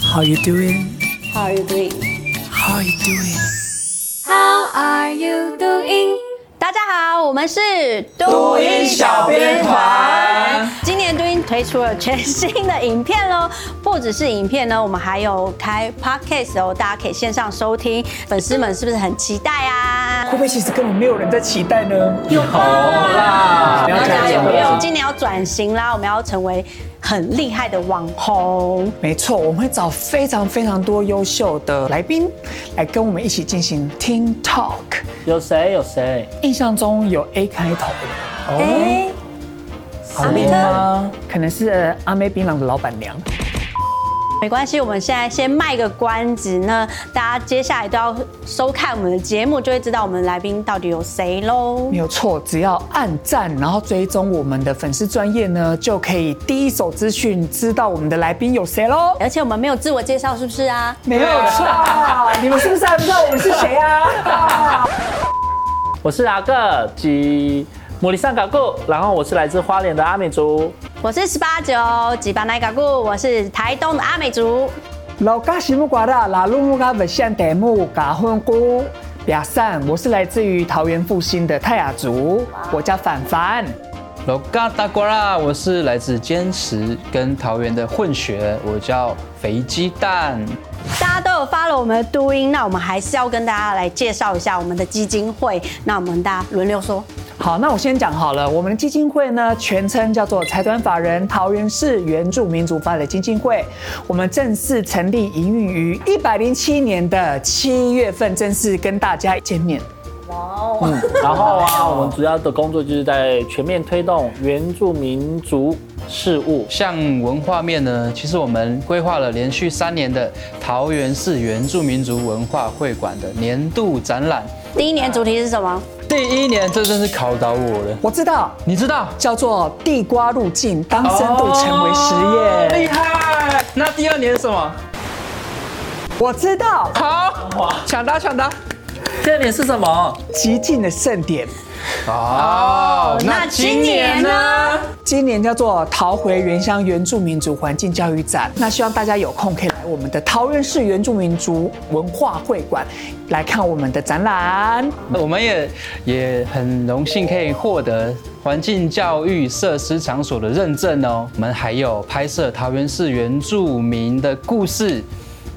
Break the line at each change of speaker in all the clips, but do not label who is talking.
How you doing?
How are you doing?
How you doing?
How are you doing? 大家好，我们是
都音小编团。
今年都音推出了全新的影片喽， 不只是影片哦呢，我们还有开 podcast 哦，大家可以线上收听。粉丝们是不是很期待啊？
会不会其实根本没有人在期待呢？有
啦
不要讲这
我们
个。
今年要转型啦，我们要成为很厉害的网红。
没错，我们会找非常非常多优秀的来宾来跟我们一起进行 Team Talk。
有谁？有谁？
印象中有 A 开头的，
哎、
好
美特
吗？可能是呃阿妹槟榔的老板娘。
没关系，我们现在先卖个关子。那大家接下来都要收看我们的节目，就会知道我们来宾到底有谁喽
没。有错，只要按赞，然后追踪我们的粉丝专业呢，就可以第一手资讯知道我们的来宾有谁喽。
而且我们没有自我介绍，是不是啊？
没有错， 你们是不是还不知道我们是谁啊？
我是阿个及摩里上嘎固，然后我是来自花莲的阿美族。
我是十八九吉巴奈嘎固，我是台东的阿美族。
老嘎西木瓜的拉鲁木嘎本县德木嘎混姑比亚善，我是来自于桃园复兴的泰雅族，我叫凡凡。
罗嘎达瓜啦，我是来自坚持跟桃园的混血，我叫肥鸡蛋。
大家都有发了我们的都音，那我们还是要跟大家来介绍一下我们的基金会。那我们大家轮流说，
好，那我先讲好了。我们的基金会呢，全称叫做财团法人桃园市原住民族发展基金会。我们正式成立营运于一百零七年的七月份，正式跟大家见面。
然后啊，我们主要的工作就是在全面推动原住民族事务。
像文化面呢，其实我们规划了连续三年的桃园市原住民族文化会馆的年度展览。
第一年主题是什么？
第一年，这真是考倒我了。
我知道，
你知道？
叫做地瓜入境，当深度成为实验。
厉害！哦那第二年是什么？
我知道，
好，抢答抢答。
第二年是什么？
极尽的盛典，
哦，
那今年呢？
今年叫做桃回原乡原住民族环境教育展。那希望大家有空可以来我们的桃园市原住民族文化会馆来看我们的展览。
我们也也很荣幸可以获得环境教育设施场所的认证哦。我们还有拍摄桃园市原住民的故事，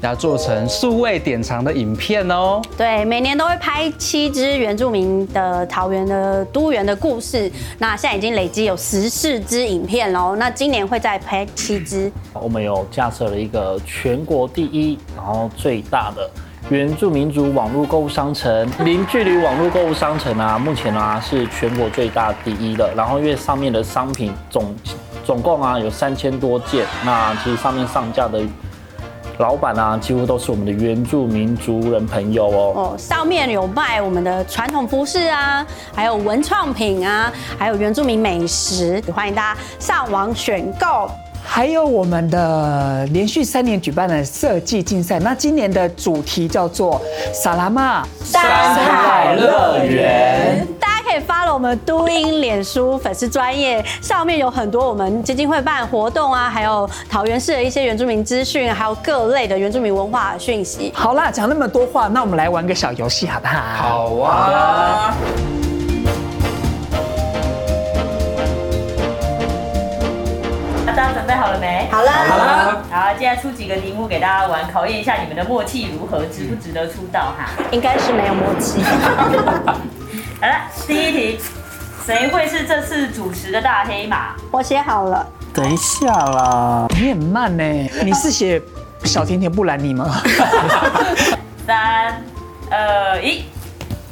然后做成数位典藏的影片哦。
对，每年都会拍七支原住民的桃园的都园的故事，那现在已经累积有十四支影片喽。那今年会再拍七支，
我们有架设了一个全国第一，然后最大的原住民族网络购物商城。零距离网络购物商城啊， 目前啊是全国最大第一的。然后因为上面的商品总总共啊有三千多件，那其实上面上架的。老板啊，几乎都是我们的原住民族人朋友哦。
哦，上面有卖我们的传统服饰啊，还有文创品啊，还有原住民美食，欢迎大家上网选购。
还有我们的连续三年举办的设计竞赛，那今年的主题叫做“萨拉玛
山海
乐园。
大家可以 follow 我们都音脸书粉丝专业，上面有很多我们基金会办活动啊，还有桃园市的一些原住民资讯，还有各类的原住民文化讯息”。。
好啦，讲那么多话，那我们来玩个小游戏好不好？
好啊，
大家准备好了没？
好了，
好，接下来出几个题目给大家玩，考验一下你们的默契如何，值不值得出道哈。
应该是没有默契。
好了，第一题，谁会是这次主持的大黑马？
我写好了，
等一下啦，
你很慢呢、你是写小甜甜布兰妮吗？
三、二、一，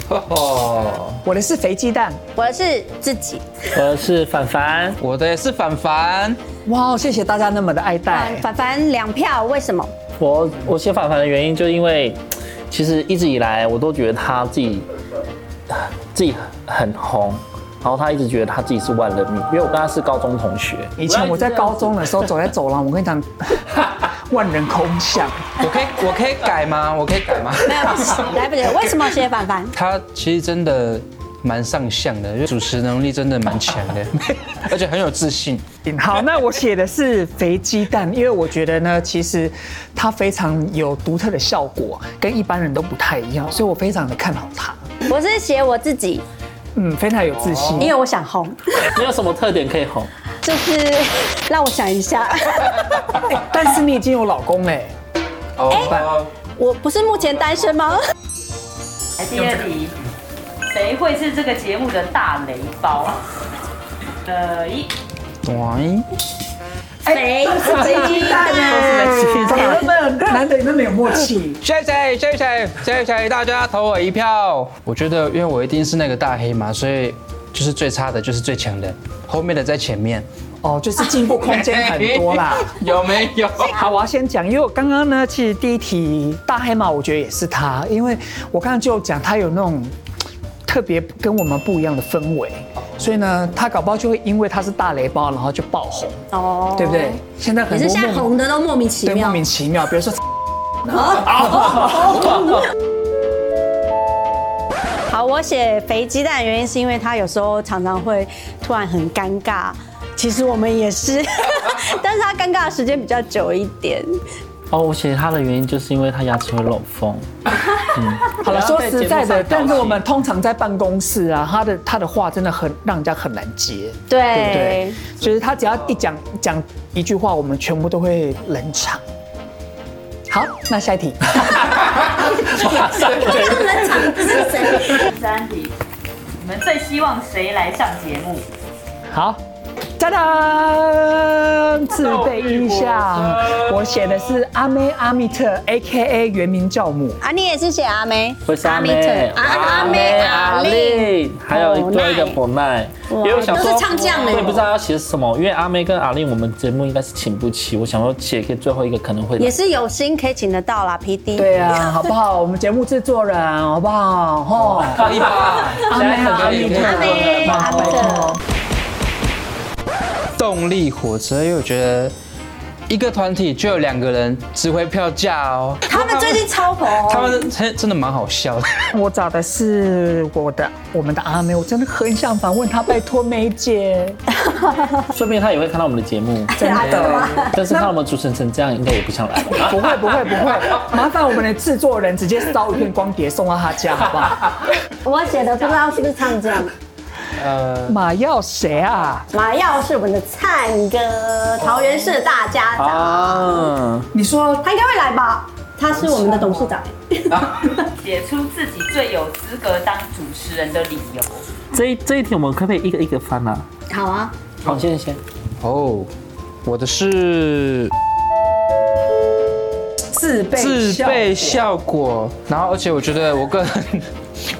哦，
我的是肥鸡蛋。
我的是自 己。
我呃是凡凡，
我的也是凡凡，
哇，谢谢大家那么的爱戴。
凡凡两票，为什么？
我我写凡凡的原因就因为，其实一直以来我都觉得他自己自己很红，然后他一直觉得他自己是万人迷，因为我跟他是高中同学，
以前我在高中的时候走在走廊，我跟你讲， 万人空巷。
我可以我可以改吗？我可以改吗？
没有，来不及。为什么写凡凡？
他其实真的蛮上相的，因为主持能力真的蛮强的，而且很有自信。
好，那我写的是肥鸡蛋，因为我觉得呢，其实它非常有独特的效果，跟一般人都不太一样，所以我非常的看好它。
我是写我自己，
嗯，非常有自信。
因为我想红，
你有什么特点可以红？
就是 让我想一下，
哎但是你已经有老公嘞，
哦，
我不是目前单身吗？
来哎第二题，谁会是这个节目的大雷包？呃，一
喂，
肥肥鸡蛋
哎你那 么难得你那么有默契，
谢谢谢谢谢谢大家投我一票。我觉得，因为我一定是那个大黑马，所以就是最差的就是最强的，后面的在前面。
哦，就是进步空间很多啦。
有没有？
好，我要先讲，因为我刚刚呢，其实第一题大黑马，我觉得也是他，因为我刚刚就有讲他有那种特别跟我们不一样的氛围，所以呢，他搞不好就会因为他是大雷包，然后就爆红，
哦，
对不对？？现在很
可
多
是现在
莫
红的都莫名其
对莫
妙
名。其妙，比如说
好，我写肥鸡蛋的原因是因为他有时候常常会突然很尴尬，其实我们也是， 但是他尴尬的时间比较久一点。
哦，我写他的原因就是因为他牙齿会漏风。
好了，说实在
不要
的
被节目上，
但是
挑起
我们通常在办公室啊，他的他的话真的很让人家很难接，对不对
对，？
就是他只要一讲讲一句话，我们全部都会冷场。好，那下一题。
第三题，你们最希望谁来上节目？
好，哒哒，自备一下，我写的是阿妹阿密特 （A K A 原名教母
啊，你也是写阿梅，
会是阿
特
妹，
啊阿妹阿丽，
令，还有一对一个博奈，因为我想说
都是唱将欸嘞
我也不知道要写什么，因为阿妹跟阿令我们节目应该是请不起，我想说写给最后一个可能会来
也是有心可以请得到啦，P D。
对啊，好不好？我们节目制作人，好不好？吼，
可以吧？
阿妹阿密特，
阿妹阿密特，
动力火车，因为我觉得一个团体就有两个人指挥票价哦。
他们最近超红，
他们真真的蛮好笑的。
我找的是我的我们的阿妹，我真的很想访问她，拜托梅姐，
说不定他也会看到我们的节 目，
真的。
但是看到我们主持人成这样，应该也不想来了。
不会不会不会，麻烦我们的制作人直接烧一片光碟送到她家，好不好？
我写的不知道是不是唱将，
呃，
马耀谁啊？
马耀是我们的灿哥，桃园市大家长，
啊，
你说
他应该会来吧？他是我们的董事长，
写出自己最有资格当主持人的理由。
这一这一题我们可不可以一个一个翻啊？
好啊，
好，先先，
哦，我的是
自备
自
效
备
果
效果，然后而且我觉得我个人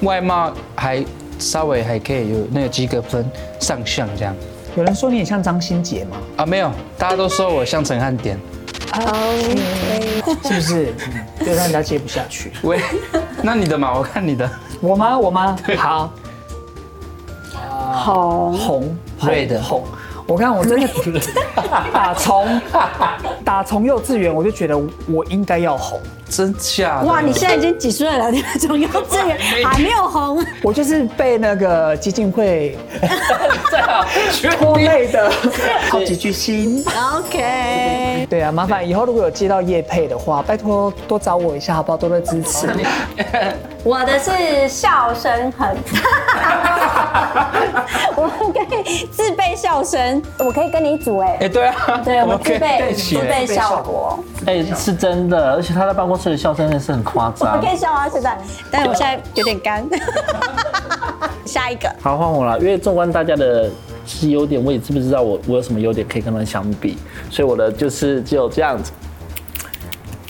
外貌还稍微还可以有那个及格分上相这样
有人说你很像张新杰吗？
啊，没有，大家都说我像陈汉典，
是不是？嗯就让人家接不下去。
喂， 那你的嘛，我看你的
我吗？我吗？好，
红
红
瑞的
红。我看我真 的打从打从幼稚园我就觉得我应该要红，
真假的
哇，你现在已经几岁了？你从幼 稚园还没有红，
我就是被那个基金 会啊拖累的好几句心。
OK，
对啊，麻烦以后如果有接到叶配的话，拜托多找我一下好不好？多多支持。
我的是笑声 很，我们可以自备笑声，我可以跟你组哎
哎、，对啊，
对，我
们可
自
以
备
起
自
来
备效果，
哎，是真的，而且他在办公室的笑声真的是很夸
我
张
可。以笑啊现在，但是我现在有点 干。下一个，
好，换我了，因为纵观大家的是优点，我也知不知道我我有什么优点可以跟他们相比，所以我的就是只有这样子。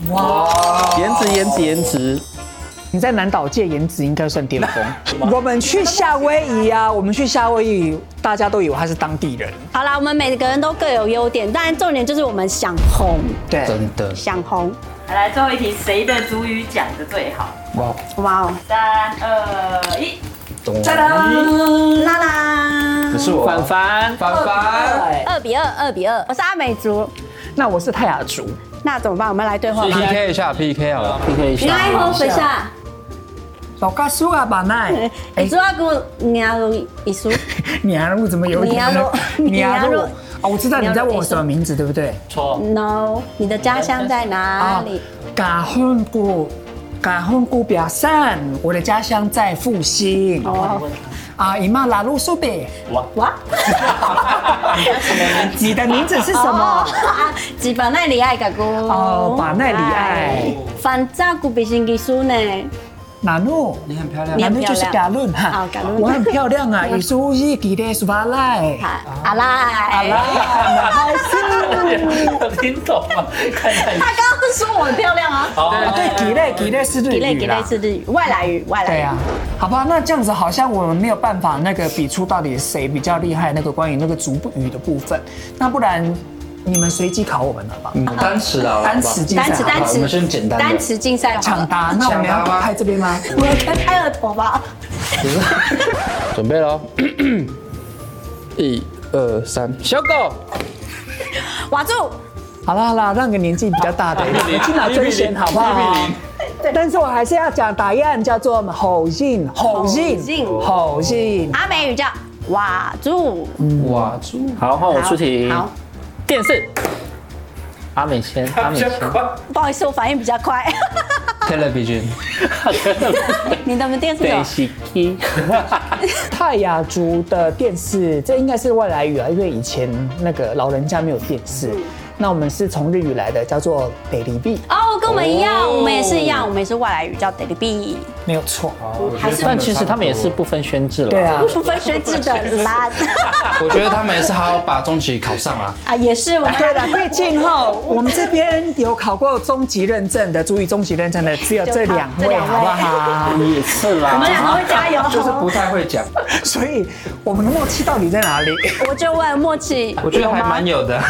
哇，颜值，颜值，颜值。
你在南岛界颜值应该算巅 峰。我们去夏威夷啊，我们去夏威夷，大家都以为他是当地人，
好啦，我们每个人都各有优点，但重点就是我们想红，
对，
真的
想红，
好来，最后一题，谁的主语讲的最好？
哇，
哇哦，
三二一，
懂
哒哒，
啦啦
不，是我
凡凡，
凡凡
二比二，二比二，我是阿美族，
那我是泰雅族，
那怎么办？我们来对话吧。
，PK 一下 PK 好了，
PK 一
你
下
来喝一下，
老嘎苏啊，把奈，
你哎主要给我娘路一书，
你阿路怎么有一点
你阿路
你阿
你阿
路
路
啊，我知道你在问我什么名字，对不对？
错
no，你的家乡在哪
啊
里？，
嘎混古，嘎混古表善，我的家乡在复兴。
哦，
啊，姨妈拉路苏北，
哇，
哇，
你的名字是什
哦
么？，
基本奈里爱噶姑，哦
哦，把奈里爱，
反正古比心技术呢，
哪路？
你很漂亮
你
哪
很
路
漂亮
就是嘎论哈
哦嘎论，
我很漂亮 啊，伊苏伊吉的苏巴赖。
啊阿拉，
啊，
有听懂吗？看看
他刚刚说我很漂亮啊，
啊对，吉类吉类是日
几类
语
几
啦
类。是日语，外来语，外来语。
对啊呀、好吧，那这样子好像我们没有办法那个比出到底谁比较厉害，那个关于那个主语的部分。那不然你们随机考我们好吧？
嗯，单词啊，
单词竞
单
赛
词
好吧，
单词，
我们先简单的
单词竞赛好
抢
了。
答。那我们要拍这边吗？
我看拍了头发，
准备喽，一二三，小狗，
瓦住，
好啦好啦，让个年纪比较大的，你去拿真贤好不好？但是我还是要讲答案叫做吼印，吼印，吼印。
阿美语叫瓦住，
哇，猪，
好，换我出题。
好，
电视。阿美先，阿美先，
不好意思，我反应比较快。
television，
你的电视有
对，是 K。
泰雅族的电视，这应该是外来语啊，因为以前那个老人家没有电视。那我们是从日语来的，叫做北离壁，
哦，跟我们一样，我们也是一样，我们也是外来语叫 d a i l y
没有错。
还是
但其实他们也是不分宣制了。
对啊，
不分学制的啦。
我觉得他们也是好好把中级考 上啊。
啊，也是我 们
对了，最近哈，我们这边有考过中级认证的，注意中级认证的只有这两
就考这
位，
两位
好不好？
也是啦。
我们两个会加油。
就是不太会讲，
哦
所以我们的默契到底在哪里？
我就问默契，
我觉得还蛮有的。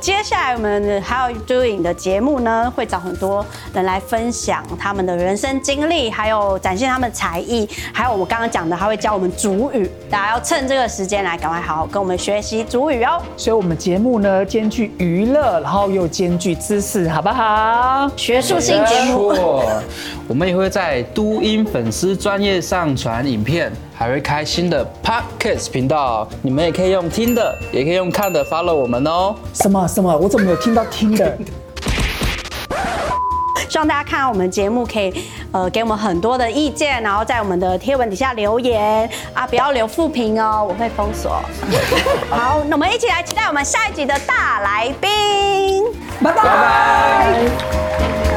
接下来我们还有 Doing 的节目呢，会找很多人来分享他们的人生经历，还有展现他们的才艺，还有我们刚刚讲的，还会教我们主语，大家要趁这个时间来赶快好好跟我们学习主语哦。
所以我们节目呢，兼具娱乐，然后又兼具知识，好不好？
学术性节目，
没错，我们也会在都音粉丝专业上传影片，还会开新的 podcast 频道，你们也可以用听的，也可以用看的 follow 我们哦。
什么什么？我怎么有听到听的？
希望大家看到我们节目可以呃给我们很多的意见，然后在我们的贴文底下留言啊，不要留负评哦，我会封锁。好，那我们一起来期待我们下一集的大来宾。
拜拜。
拜拜。